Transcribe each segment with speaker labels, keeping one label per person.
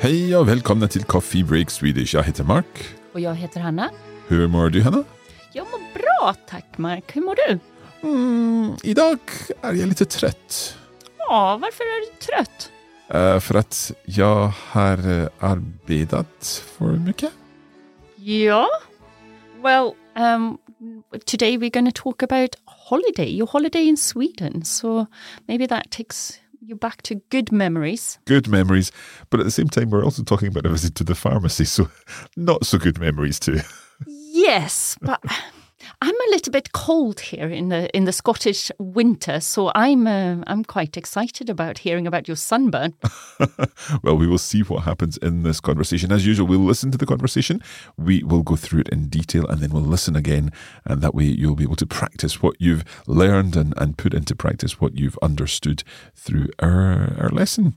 Speaker 1: Hej och välkomna till Coffee Break Swedish. Jag heter Mark.
Speaker 2: Och jag heter Hanna.
Speaker 1: Hur mår du, Hanna?
Speaker 2: Jag mår bra tack Mark. Hur mår du?
Speaker 1: Mm, idag är jag lite trött.
Speaker 2: Ja, varför är du trött?
Speaker 1: Eh, för att jag har eh, arbetat för mycket.
Speaker 2: Ja. Well, um, today we're going to talk about holiday, your holiday in Sweden. So maybe that takes you back to good memories.
Speaker 1: Good memories, but at the same time, we're also talking about a visit to the pharmacy, so not so good memories too.
Speaker 2: Yes, but I'm a little bit cold here in the in the Scottish winter, so I'm uh, I'm quite excited about hearing about your sunburn.
Speaker 1: Well, we will see what happens in this conversation. As usual, we'll listen to the conversation, we will go through it in detail, and then we'll listen again. And that way, you'll be able to practice what you've learned and, and put into practice what you've understood through our, our lesson.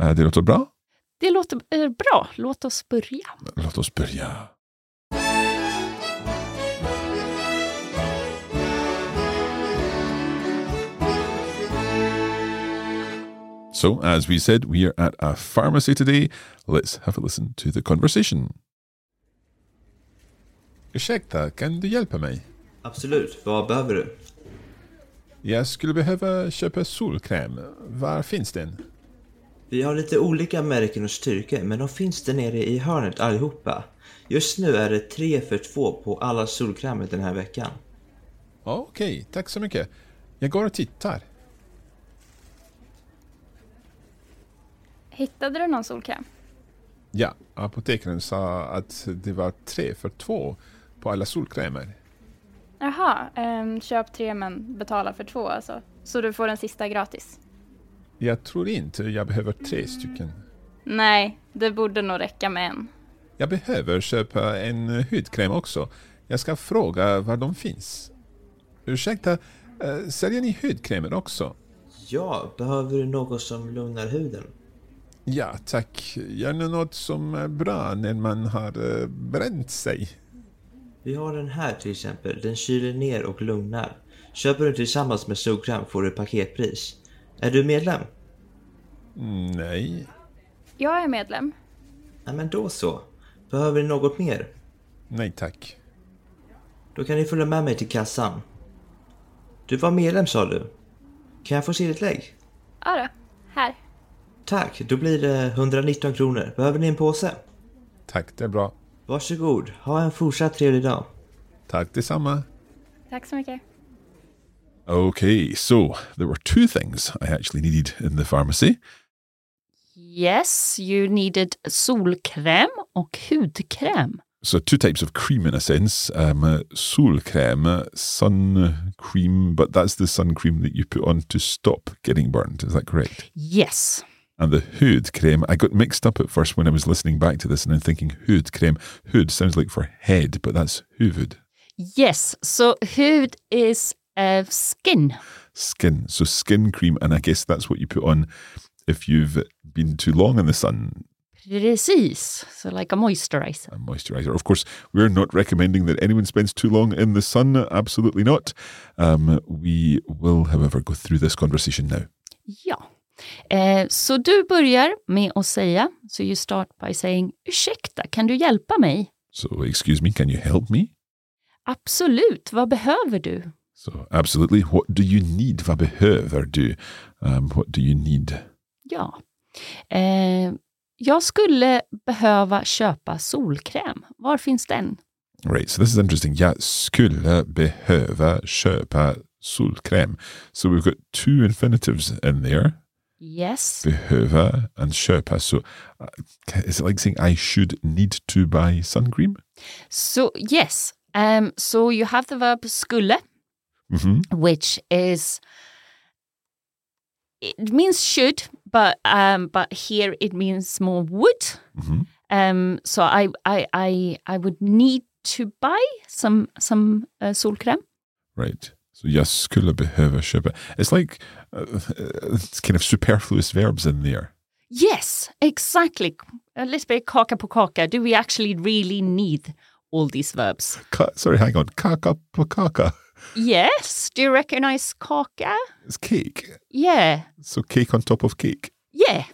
Speaker 1: Uh, det låter bra?
Speaker 2: Det låter eh, bra. Låt oss börja.
Speaker 1: Låt oss börja. So, as we said, we are at a pharmacy today. Let's have a listen to the conversation. Ursäkta, kan du hjälpa mig?
Speaker 3: Absolut, vad behöver du?
Speaker 1: Jag skulle behöva köpa solkräm. Var finns den?
Speaker 3: Vi har lite olika märken och styrkor, men de finns där nere i hörnet allihopa. Just nu är det tre för två på alla solkrämer den här veckan.
Speaker 1: Okej, tack så mycket. Jag går och tittar.
Speaker 4: Hittade du någon solkräm?
Speaker 1: Ja, apotekaren sa att det var tre för två på alla solkrämer.
Speaker 4: Jaha, ehm, köp tre men betala för två alltså. Så du får den sista gratis?
Speaker 1: Jag tror inte jag behöver tre stycken.
Speaker 4: Nej, det borde nog räcka med en.
Speaker 1: Jag behöver köpa en hudkräm också. Jag ska fråga var de finns. Ursäkta, eh, säljer ni hudkrämer också?
Speaker 3: Ja, behöver du något som lugnar huden?
Speaker 1: Ja, tack. Gärna något som är bra när man har eh, bränt sig.
Speaker 3: Vi har den här till exempel, den kyler ner och lugnar. Köper du tillsammans med solkräm får du paketpris. Är du medlem?
Speaker 1: Nej,
Speaker 4: Jag är medlem.
Speaker 3: Ja, men då så. Behöver du något mer?
Speaker 1: nej tack.
Speaker 3: Då kan du följa med mig till kassan. Du var medlem sa du? Kan jag få se ditt lägg?
Speaker 4: Ja då, här.
Speaker 3: Tack, då blir det 119 kronor. Behöver ni en påse?
Speaker 1: Tack, det är bra.
Speaker 3: Varsågod, ha en fortsatt trevlig dag.
Speaker 1: Tack detsamma.
Speaker 4: Tack så mycket.
Speaker 1: Okay, so there were two things I actually needed in the pharmacy.
Speaker 2: Yes, you needed solkräm och hudkräm.
Speaker 1: So two types of cream in a sense. Um, uh, sol creme, uh, sun cream, but that's the sun cream that you put on to stop getting burned. Is that correct?
Speaker 2: Yes.
Speaker 1: and the hood cream. I got mixed up at first when I was listening back to this and I'm thinking hood cream. Hood sounds like for head, but that's hoovid.
Speaker 2: Yes, so hud is uh, skin.
Speaker 1: Skin. So skin cream, and I guess that's what you put on if you've been too long in the sun.
Speaker 2: Precis, so like a moisturizer.
Speaker 1: A moisturizer. Of course, we're not recommending that anyone spends too long in the sun. Absolutely not. Um, we will, however, go through this conversation now.
Speaker 2: Ja. Eh, så du börjar med att säga, so you start by saying ursäkta, kan du hjälpa mig?
Speaker 1: So, excuse me, can you help me?
Speaker 2: Absolut, vad behöver du?
Speaker 1: So, absolutely. What do you need? Vad behöver du? Um, what do you need?
Speaker 2: Ja. Eh, jag skulle behöva köpa solkräm. Var finns den?
Speaker 1: Right, so this is interesting. Jag skulle behöva köpa solkräm. So we've got two infinitives in there.
Speaker 2: Yes.
Speaker 1: behöva and köpa. So uh, is it like saying I should need to buy sun cream?
Speaker 2: So, yes. Um, so you have the verb skulle,
Speaker 1: hmm
Speaker 2: which is it means should, but um, but here it means more would.
Speaker 1: hmm
Speaker 2: Um, so I, I I I would need to buy some some uh, solcreme.
Speaker 1: Right. So jag skulle behöva köpa. It's like uh, it's kind of superfluous verbs in there.
Speaker 2: Yes, exactly. A little bit kaka på kaka. Do we actually really need all these verbs?
Speaker 1: Ka- sorry, hang on. Kaka pakaka.
Speaker 2: Yes. Do you recognize kaka?
Speaker 1: It's cake.
Speaker 2: Yeah.
Speaker 1: So cake on top of cake.
Speaker 2: Yeah.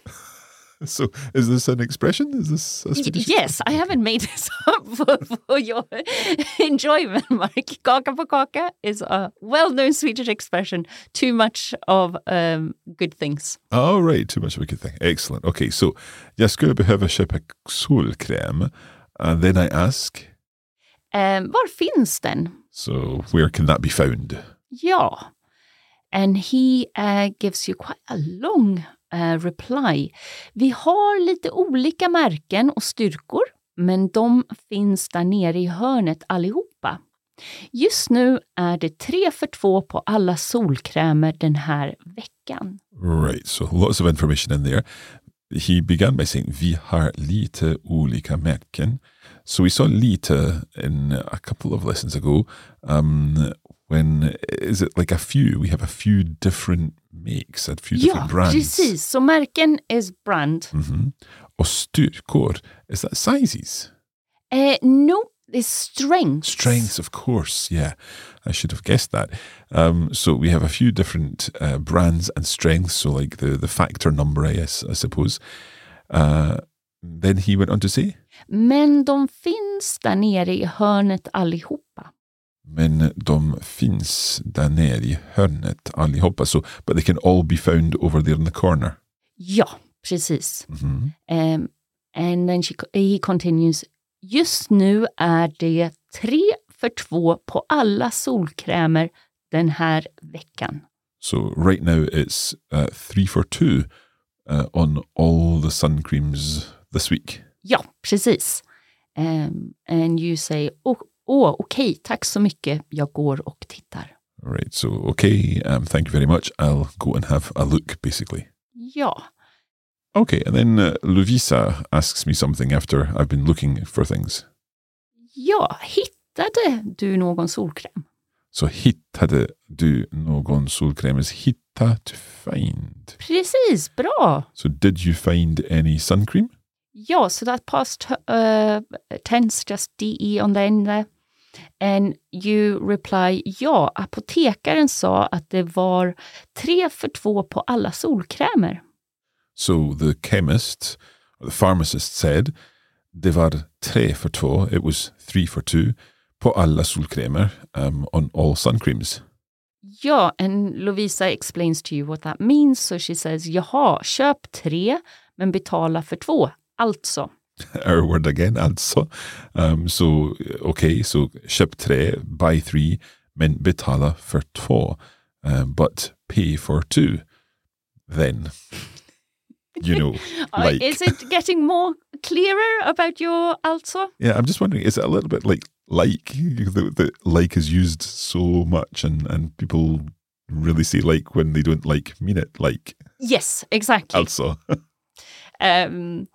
Speaker 1: So is this an expression? Is this a
Speaker 2: Y-
Speaker 1: Swedish
Speaker 2: yes, I haven't made this up for, for your enjoyment, Mark. Kaka på kaka is a well-known Swedish expression. Too much of um, good things.
Speaker 1: All Oh, right, too much of a good thing. Excellent. Okay, so jag skulle behöva köpa solkräm. And then I ask,
Speaker 2: Um, var finns den?
Speaker 1: so where can that be found?
Speaker 2: Ja. And he uh, gives you quite a long uh, reply. Vi har lite olika märken och styrkor, men de finns där nere i hörnet allihopa. Just nu är det tre för två på alla solkrämer den här veckan.
Speaker 1: Right, so lots of information in there. He began by saying, vi har lite olika märken. So we saw lite in a couple of lessons ago. Um, when is it like a few? We have a few different makes, a few different
Speaker 2: Ja,
Speaker 1: brands.
Speaker 2: precis. Så märken is brand.
Speaker 1: Mm-hmm. Och styrkor, is that sizes?
Speaker 2: Eh, no, it's strength.
Speaker 1: Strengths, of course. Yeah, I should have guessed that. Um, so we have a few different uh, brands and strengths. So like the the factor number, I, guess, I suppose. Uh, then he went on to say,
Speaker 2: Men de finns där nere i hörnet allihopa.
Speaker 1: "Men de finns där nere i hörnet allihopa." So, but they can all be found over there in the corner.
Speaker 2: Ja, precis.
Speaker 1: Mhm.
Speaker 2: Um, and then she, he continues. Just nu är det tre för två på alla solkrämer den här veckan.
Speaker 1: So right now it's uh, three for two uh, on all the sun creams this week.
Speaker 2: Ja, precis. Um, and you say, åh, åh, okej, tack så mycket. Jag går och tittar.
Speaker 1: All right. So okay, um, thank you very much. I'll go and have a look, basically.
Speaker 2: Ja,
Speaker 1: Okay, and then uh, Lovisa asks me something after I've been looking for things.
Speaker 2: ja, hittade du någon solkräm?
Speaker 1: So hittade du någon solkräm is hitta to find.
Speaker 2: Precis, bra.
Speaker 1: So did you find any sun cream?
Speaker 2: Ja, so that past uh, tense, just de on the end there. And you reply ja, apotekaren sa att det var tre för två på alla solkrämer.
Speaker 1: So the chemist, or the pharmacist said, det var tre för två, it was three for two, på alla solkrämer, um, on all sun creams.
Speaker 2: Ja, and Lovisa explains to you what that means. So she says, jaha, köp tre men betala för två. Alltså,
Speaker 1: our word again, alltså. Um, so, okay, so köp tre, buy three, men betala för två. Um, but pay for two. Then, you know,
Speaker 2: Uh,
Speaker 1: like.
Speaker 2: is it getting more clearer about your alltså?
Speaker 1: yeah, I'm just wondering, is it a little bit like like? The, the like is used so much and, and people really say like when they don't like mean it, like
Speaker 2: Yes, exactly.
Speaker 1: also.
Speaker 2: Um,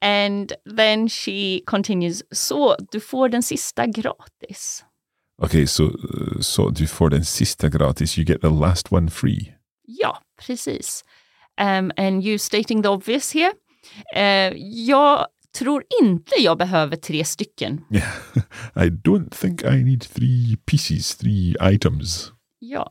Speaker 2: and then she continues, så du får den sista gratis.
Speaker 1: Okay, so, uh, so du får den sista gratis, you get the last one free.
Speaker 2: Ja, precis. Um, and you stating the obvious here. Eh, jag tror inte jag behöver tre stycken.
Speaker 1: Yeah, I don't think I need three pieces, three items.
Speaker 2: Ja.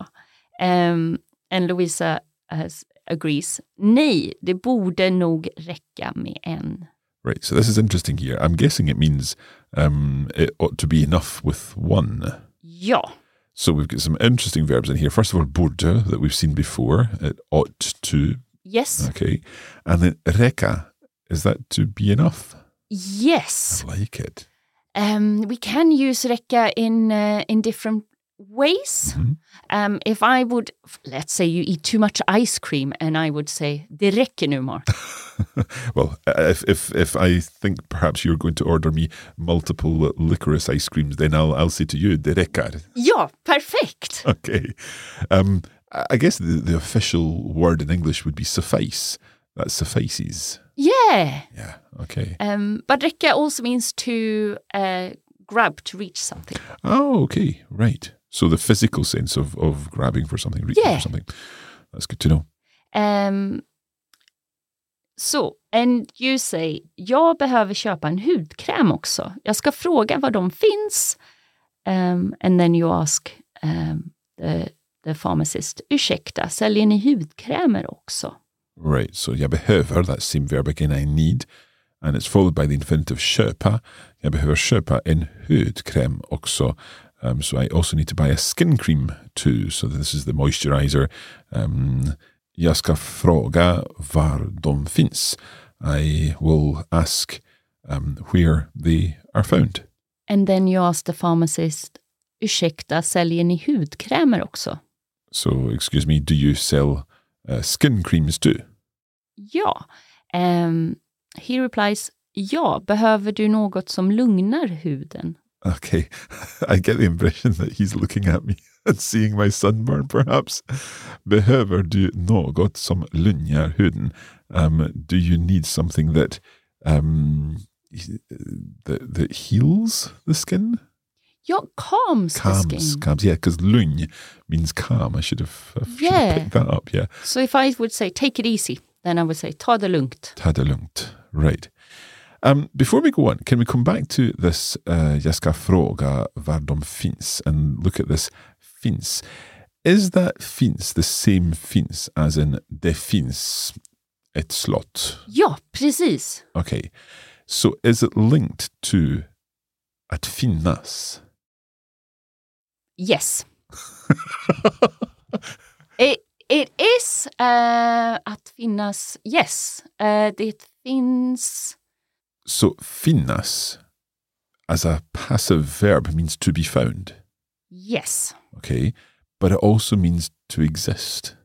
Speaker 2: Um, and Louisa has, agrees. Nej, det borde nog räcka med en.
Speaker 1: Right, so this is interesting here. I'm guessing it means um, it ought to be enough with one.
Speaker 2: Ja,
Speaker 1: So we've got some interesting verbs in here. First of all, borde, that we've seen before, it ought to,
Speaker 2: yes,
Speaker 1: okay. And then reka, is that to be enough?
Speaker 2: yes.
Speaker 1: I like it.
Speaker 2: Um, we can use räcka in uh, in different ways. Um, if I would, let's say you eat too much ice cream, and I would say, det räcker nu Mark.
Speaker 1: Well, if, if if I think perhaps you're going to order me multiple licorice ice creams, then I'll I'll say to you, Derekar.
Speaker 2: ja, perfekt!
Speaker 1: Okay. Um, I I guess the, the official word in English would be suffice. That suffices.
Speaker 2: Yeah!
Speaker 1: Yeah. Okay.
Speaker 2: Um, but räcka also means to uh, grab, to reach something.
Speaker 1: Oh, okay. Right. So the physical sense of, of grabbing for something, reaching
Speaker 2: Yeah.
Speaker 1: for something. That's good to know.
Speaker 2: Um, so, and you say, jag behöver köpa en hudkräm också. Jag ska fråga var de finns. Um, and then you ask um, the, the pharmacist, ursäkta, säljer ni hudkrämer också?
Speaker 1: Right. So jag behöver, that same verb again, I need. And it's followed by the infinitive köpa. Jag behöver köpa en hudkräm också. Um, so I also need to buy a skin cream too. So this is the moisturizer. Um, jag ska fråga var de finns. I will ask um, where they are found.
Speaker 2: And then you ask the pharmacist, ursäkta, säljer ni hudkrämer också?
Speaker 1: So, excuse me, do you sell uh, skin creams too?
Speaker 2: Ja. Um, he replies, ja, behöver du något som lugnar huden?
Speaker 1: Okay, I get the impression that he's looking at me and seeing my sunburn, perhaps. Behöver du något som lugnar huden? Um, do you need something that um, that, that heals the skin?
Speaker 2: Ja, calms, the
Speaker 1: Calms,
Speaker 2: skin.
Speaker 1: calms. Yeah, because lugn means calm. I should have, I should have
Speaker 2: Yeah.
Speaker 1: picked that up. Yeah.
Speaker 2: So if I would say take it easy, then I would say ta det lugnt.
Speaker 1: Tadelungt. Right. Um, before we go on, can we come back to this uh, Jag ska fråga var de finns and look at this finns? Is that finns the same finns as in det finns ett slott?
Speaker 2: Ja, precis.
Speaker 1: Okay. So is it linked to att finnas?
Speaker 2: Yes. it, it is eh, att finnas. Yes. Eh, det finns.
Speaker 1: So finnas as a passive verb means to be found.
Speaker 2: Yes.
Speaker 1: Okay. But it also means to exist.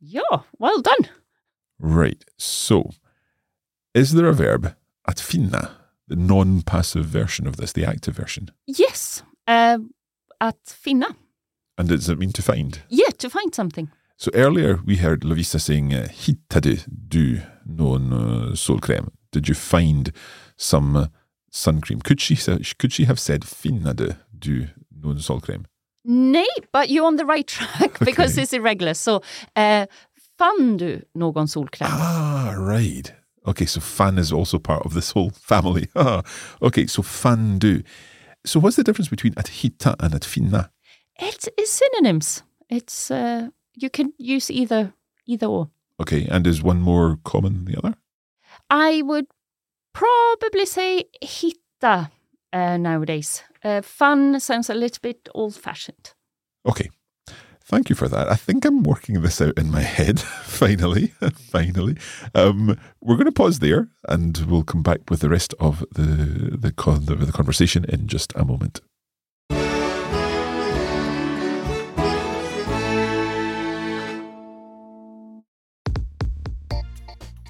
Speaker 2: Ja, well done.
Speaker 1: Right. So, is there a verb at finna, the non passive version of this, the active version?
Speaker 2: Yes. Eh, att finna.
Speaker 1: And does it mean to find?
Speaker 2: Yeah, to find something.
Speaker 1: So, earlier we heard Lovisa saying, uh, Hittade du någon uh, solkräm? Did you find some uh, sun cream? Could she, sa- could she have said, Finnade du någon solkräm?
Speaker 2: Nej, but you're on the right track because
Speaker 1: Okay.
Speaker 2: it's irregular. So, eh, fann du någon solkräm?
Speaker 1: Ah, right. Okay, so fan is also part of this whole family. Ah, okay, so fan du. So, what's the difference between at hitta and at finna?
Speaker 2: It is synonyms. It's uh, you can use either either or.
Speaker 1: Okay, and is one more common than the other?
Speaker 2: I would probably say hitta uh, nowadays. Uh, fun sounds a little bit old-fashioned.
Speaker 1: Okay, thank you for that. I think I'm working this out in my head. finally, finally, um, we're going to pause there, and we'll come back with the rest of the the, con- the the conversation in just a moment.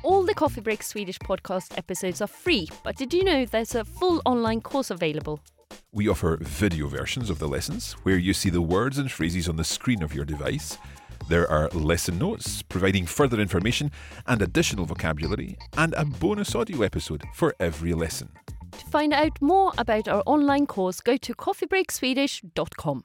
Speaker 5: All the Coffee Break Swedish podcast episodes are free, but did you know there's a full online course available?
Speaker 1: We offer video versions of the lessons where you see the words and phrases on the screen of your device. There are lesson notes providing further information and additional vocabulary, and a bonus audio episode for every lesson.
Speaker 5: To find out more about our online course, go to coffeebreakswedish.com.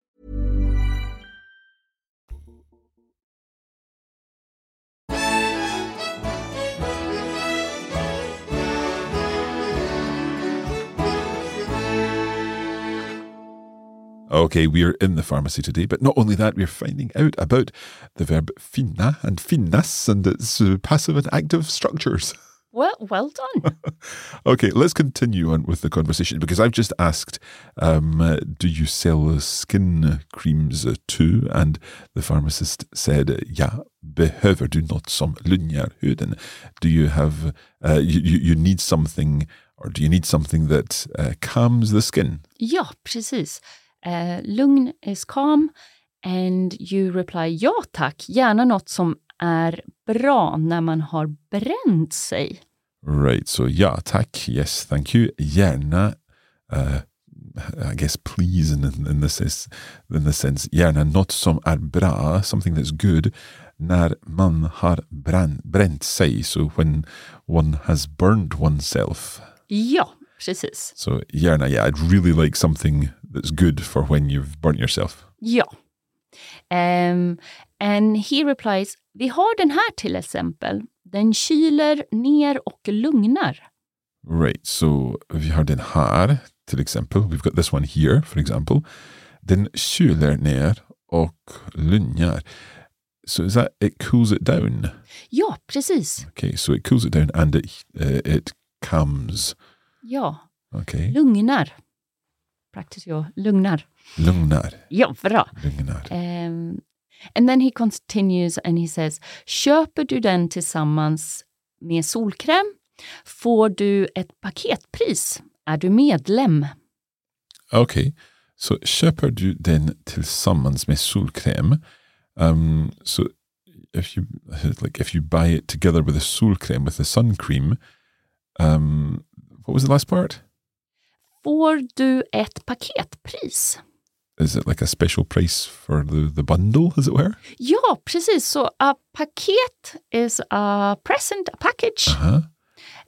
Speaker 1: Okay, we're in the pharmacy today, but not only that, we're finding out about the verb fina and finas and its uh, passive and active structures.
Speaker 2: Well, well done.
Speaker 1: Okay, let's continue on with the conversation because I've just asked, um, uh, do you sell skin creams uh, too? And the pharmacist said, yeah, behöver du något som lunjar huden? Do you have, uh, you, you you need something or do you need something that uh, calms the skin?
Speaker 2: ja, precis. Eh, lugn is calm and you reply ja tack, gärna något som är bra när man har bränt sig.
Speaker 1: Right. So yeah, tack. Yes, thank you. Gärna. Uh, I guess please in, in the sense in the sense gärna något som är bra, something that's good. När man har bränt, bränt sig, so when one has burned oneself.
Speaker 2: Ja, precis.
Speaker 1: So gärna, yeah, I'd really like something that's good for when you've burnt yourself.
Speaker 2: Ja. Ehm, and he replies, vi har den här till exempel. Den kyler ner och lugnar.
Speaker 1: Right. So vi har den här till exempel. We've got this one here, for example. Den kyler ner och lugnar. So is that it cools it down?
Speaker 2: Ja, precis.
Speaker 1: Okay, so it cools it down and it uh, it calms.
Speaker 2: Ja,
Speaker 1: Okay,
Speaker 2: lugnar. Practice your lugnar.
Speaker 1: lugnar,
Speaker 2: Ja, bra.
Speaker 1: lugnar.
Speaker 2: Ehm, and then he continues and he says, köper du den tillsammans med solkräm får du ett paketpris. Är du medlem?
Speaker 1: Okay, so köper du den tillsammans med solkräm? Um, so if you like if you buy it together with the solkräm with the sun cream, um, what was the last part?
Speaker 2: Får du ett paketpris?
Speaker 1: Is it like a special price for the the bundle, as it were?
Speaker 2: Ja, precis. Så a paket is a present, a package,
Speaker 1: Uh huh.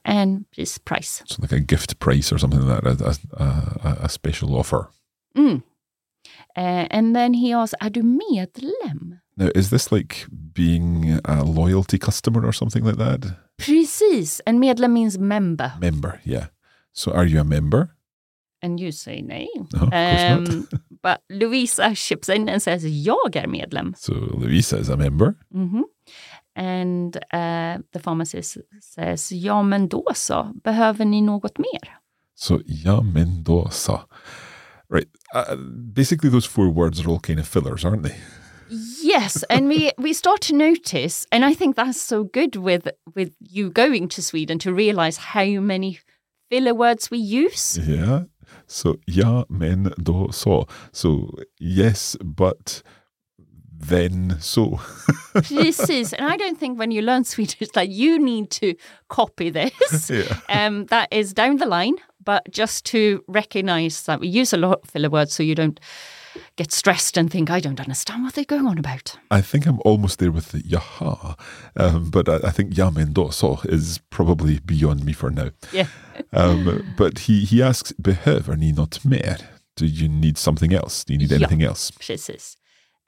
Speaker 2: and is price.
Speaker 1: So like a gift price or something like that, a, a, a, a special offer.
Speaker 2: Mm. Eh, and then he asks, är du medlem?
Speaker 1: Now, is this like being a loyalty customer or something like that?
Speaker 2: Precis, en medlem means member.
Speaker 1: Member, yeah. So are you a member?
Speaker 2: And you say nej.
Speaker 1: No, of course
Speaker 2: Ehm,
Speaker 1: not.
Speaker 2: but Louisa chips in and says, jag är medlem.
Speaker 1: So Louisa is a member.
Speaker 2: Mhm. And eh, the pharmacist says, ja men då så, behöver ni något mer?
Speaker 1: So ya Mendoza. Right. Uh, basically, those four words are all kind of fillers, aren't they?
Speaker 2: Yes, and we we start to notice, and I think that's so good with with you going to Sweden to realize how many filler words we use.
Speaker 1: Yeah. So ya Mendoza. So yes, but then so.
Speaker 2: Precis, and I don't think when you learn Swedish that you need to copy this.
Speaker 1: Yeah.
Speaker 2: Um, that is down the line, but just to recognize that we use a lot of filler words, so you don't get stressed and think I don't understand what they're going on about.
Speaker 1: I think I'm almost there with the yaha, um, but I, I think ya Mendoza is probably beyond me for now.
Speaker 2: Yeah.
Speaker 1: Um, but he, he asks, behöver ni något mer? Do you need something else? Do you need
Speaker 2: Yeah.
Speaker 1: anything else?
Speaker 2: Precis,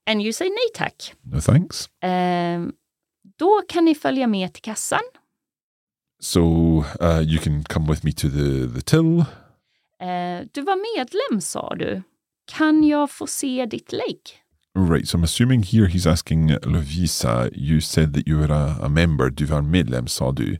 Speaker 2: and you say nej tack.
Speaker 1: No thanks.
Speaker 2: Um, då kan ni följa med till kassan.
Speaker 1: So uh, you can come with me to the, the till.
Speaker 2: Eh, du var medlem sa du. Kan jag få se ditt lägg?
Speaker 1: Right, so I'm assuming here he's asking Lovisa, you said that you were a, a member, du var medlem sa du.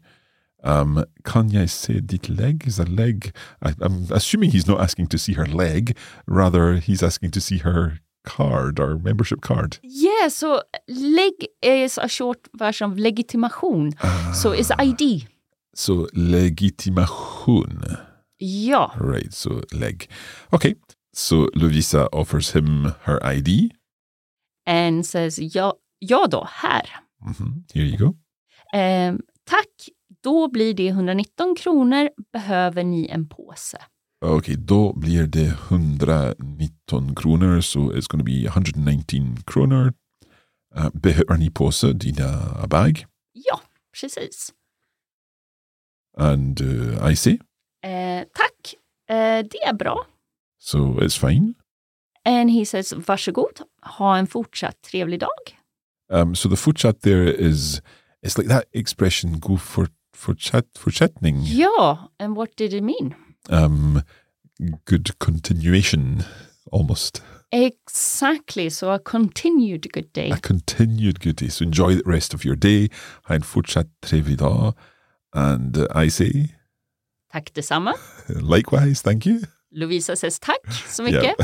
Speaker 1: Um, kan jag se ditt leg? Is a leg? I, I'm assuming he's not asking to see her leg, rather he's asking to see her card or membership card.
Speaker 2: Yeah, so lägg is a short version of legitimation. So is ID.
Speaker 1: So legitimation.
Speaker 2: Ja,
Speaker 1: Right, so leg. Okay, so Lovisa offers him her ID.
Speaker 2: and says ja, ja då, här.
Speaker 1: Mhm, Here you Mm-hmm, go.
Speaker 2: Ehm, tack, Då blir det 119 kronor. Behöver ni en påse?
Speaker 1: Okej, då blir det 119 kronor, så it's going to be 119 kronor. Eh, behöver ni påse, dina bag?
Speaker 2: Ja, precis.
Speaker 1: And uh, I see.
Speaker 2: Eh, tack, eh, det är bra.
Speaker 1: So it's fine.
Speaker 2: And he says, varsågod, ha en fortsatt trevlig dag.
Speaker 1: Um, so the fortsatt there is, it's like that expression, go for, for chat, for chatting.
Speaker 2: Ja, and what did it mean?
Speaker 1: Um, good continuation, almost.
Speaker 2: Exactly, so a continued good day.
Speaker 1: A continued good day. So enjoy the rest of your day. Ha en fortsatt trevlig dag. And uh, I say,
Speaker 2: Tack detsamma.
Speaker 1: likewise, thank you.
Speaker 2: Lovisa says tack så mycket.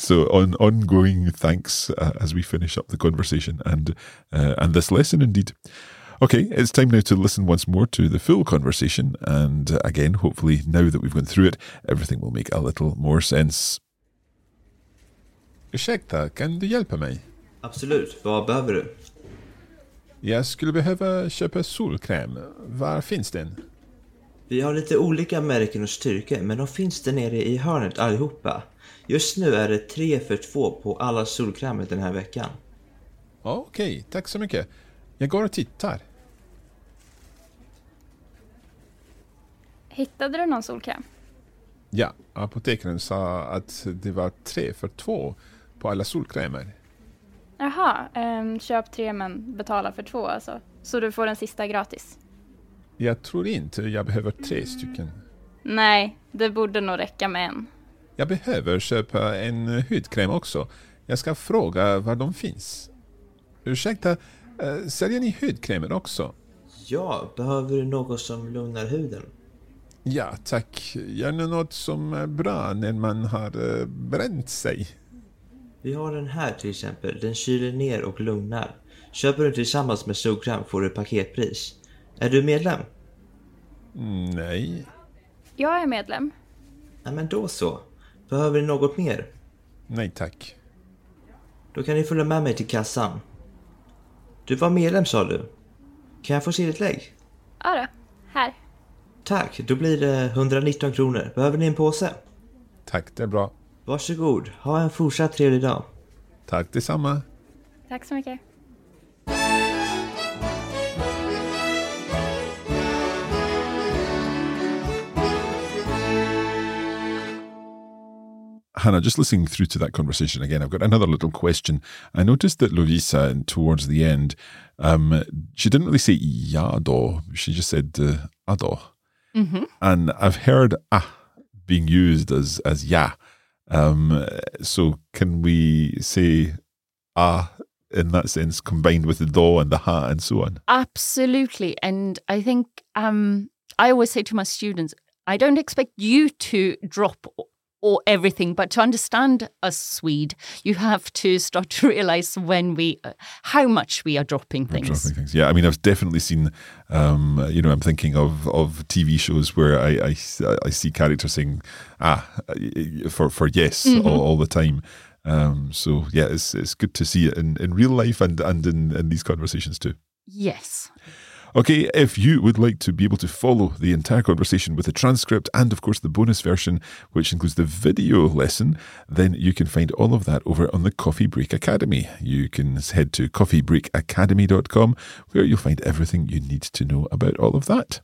Speaker 1: so on ongoing thanks uh, as we finish up the conversation and uh, and this lesson indeed. Okay, it's time now to listen once more to the full conversation, and uh, again, hopefully, now that we've gone through it, everything will make a little more sense. Ursäkta, kan du hjälpa mig?
Speaker 3: Absolut, vad behöver du?
Speaker 1: Jag skulle behöva köpa solkräm. Var finns den?
Speaker 3: Vi har lite olika märken och styrkor men de finns där nere i hörnet allihopa. Just nu är det 3 för 2 på alla solkrämer den här veckan.
Speaker 1: Okej, tack så mycket. Jag går och tittar.
Speaker 4: Hittade du någon solkräm?
Speaker 1: Ja, apotekaren sa att det var tre för två på alla solkrämer.
Speaker 4: Jaha, ehm, köp tre men betala för två alltså. Så du får den sista gratis.
Speaker 1: Jag tror inte jag behöver tre stycken.
Speaker 4: Nej, det borde nog räcka med en.
Speaker 1: Jag behöver köpa en hudkräm också. Jag ska fråga var de finns. Ursäkta, eh, säljer ni hudkrämer också?
Speaker 3: Ja, behöver du något som lugnar huden?
Speaker 1: Ja, tack. Gärna något som är bra när man har eh, bränt sig.
Speaker 3: Vi har den här till exempel, den kyler ner och lugnar. Köper du tillsammans med solkräm får du paketpris. Är du medlem?
Speaker 1: Nej.
Speaker 4: Jag är medlem.
Speaker 3: Ja, men då så. Behöver du något mer?
Speaker 1: Nej tack.
Speaker 3: Då kan ni följa med mig till kassan. Du var medlem sa du? Kan jag få se ditt lägg?
Speaker 4: Ja då, här.
Speaker 3: Tack, då blir det 119 kronor. Behöver ni en påse?
Speaker 1: Tack, det är bra.
Speaker 3: Varsågod, ha en fortsatt trevlig dag.
Speaker 1: Tack detsamma.
Speaker 4: Tack så mycket.
Speaker 1: Hannah, just listening through to that conversation again, I've got another little question. I noticed that Lovisa, and towards the end, um, she didn't really say yado, she just said uh, ado. And I've heard ah being used as as ya. Um, so can we say ah in that sense, combined with the do and the ha and so on?
Speaker 2: Absolutely. And I think um, I always say to my students, I don't expect you to drop o- or everything, but to understand us Swede, you have to start to realize when we, uh, how much we are dropping
Speaker 1: I'm
Speaker 2: things.
Speaker 1: dropping things. Yeah, I mean, I've definitely seen. Um, you know, I'm thinking of of TV shows where I I, I see characters saying ah for for yes all, all the time. Um, so yeah, it's it's good to see it in, in real life and and in, in these conversations too.
Speaker 2: Yes.
Speaker 1: Okay, if you would like to be able to follow the entire conversation with a transcript and, of course, the bonus version, which includes the video lesson, then you can find all of that over on the Coffee Break Academy. You can head to coffeebreakacademy.com where you'll find everything you need to know about all of that.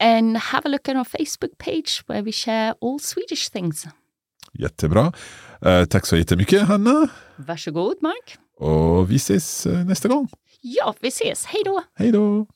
Speaker 2: And have a look at our Facebook page where we share all Swedish things.
Speaker 1: Jättebra. Uh, tack så jättemycket, Hanna.
Speaker 2: Varsågod, Mark.
Speaker 1: Och vi ses eh, nästa gång.
Speaker 2: Ja, vi ses. Hej då!
Speaker 1: Hej då!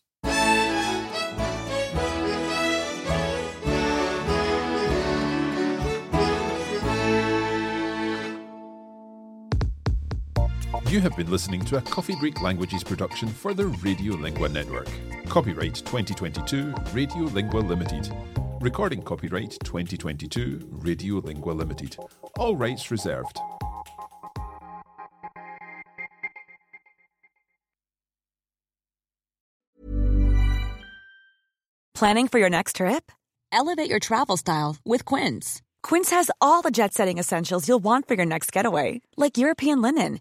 Speaker 1: You have been listening to a Coffee Break Languages production for the Radiolingua Network. Copyright 2022 Radiolingua Limited. Recording copyright 2022 Radiolingua Limited. All rights reserved.
Speaker 6: Planning for your next trip? Elevate your travel style with Quince. Quince has all the jet setting essentials you'll want for your next getaway, like European linen,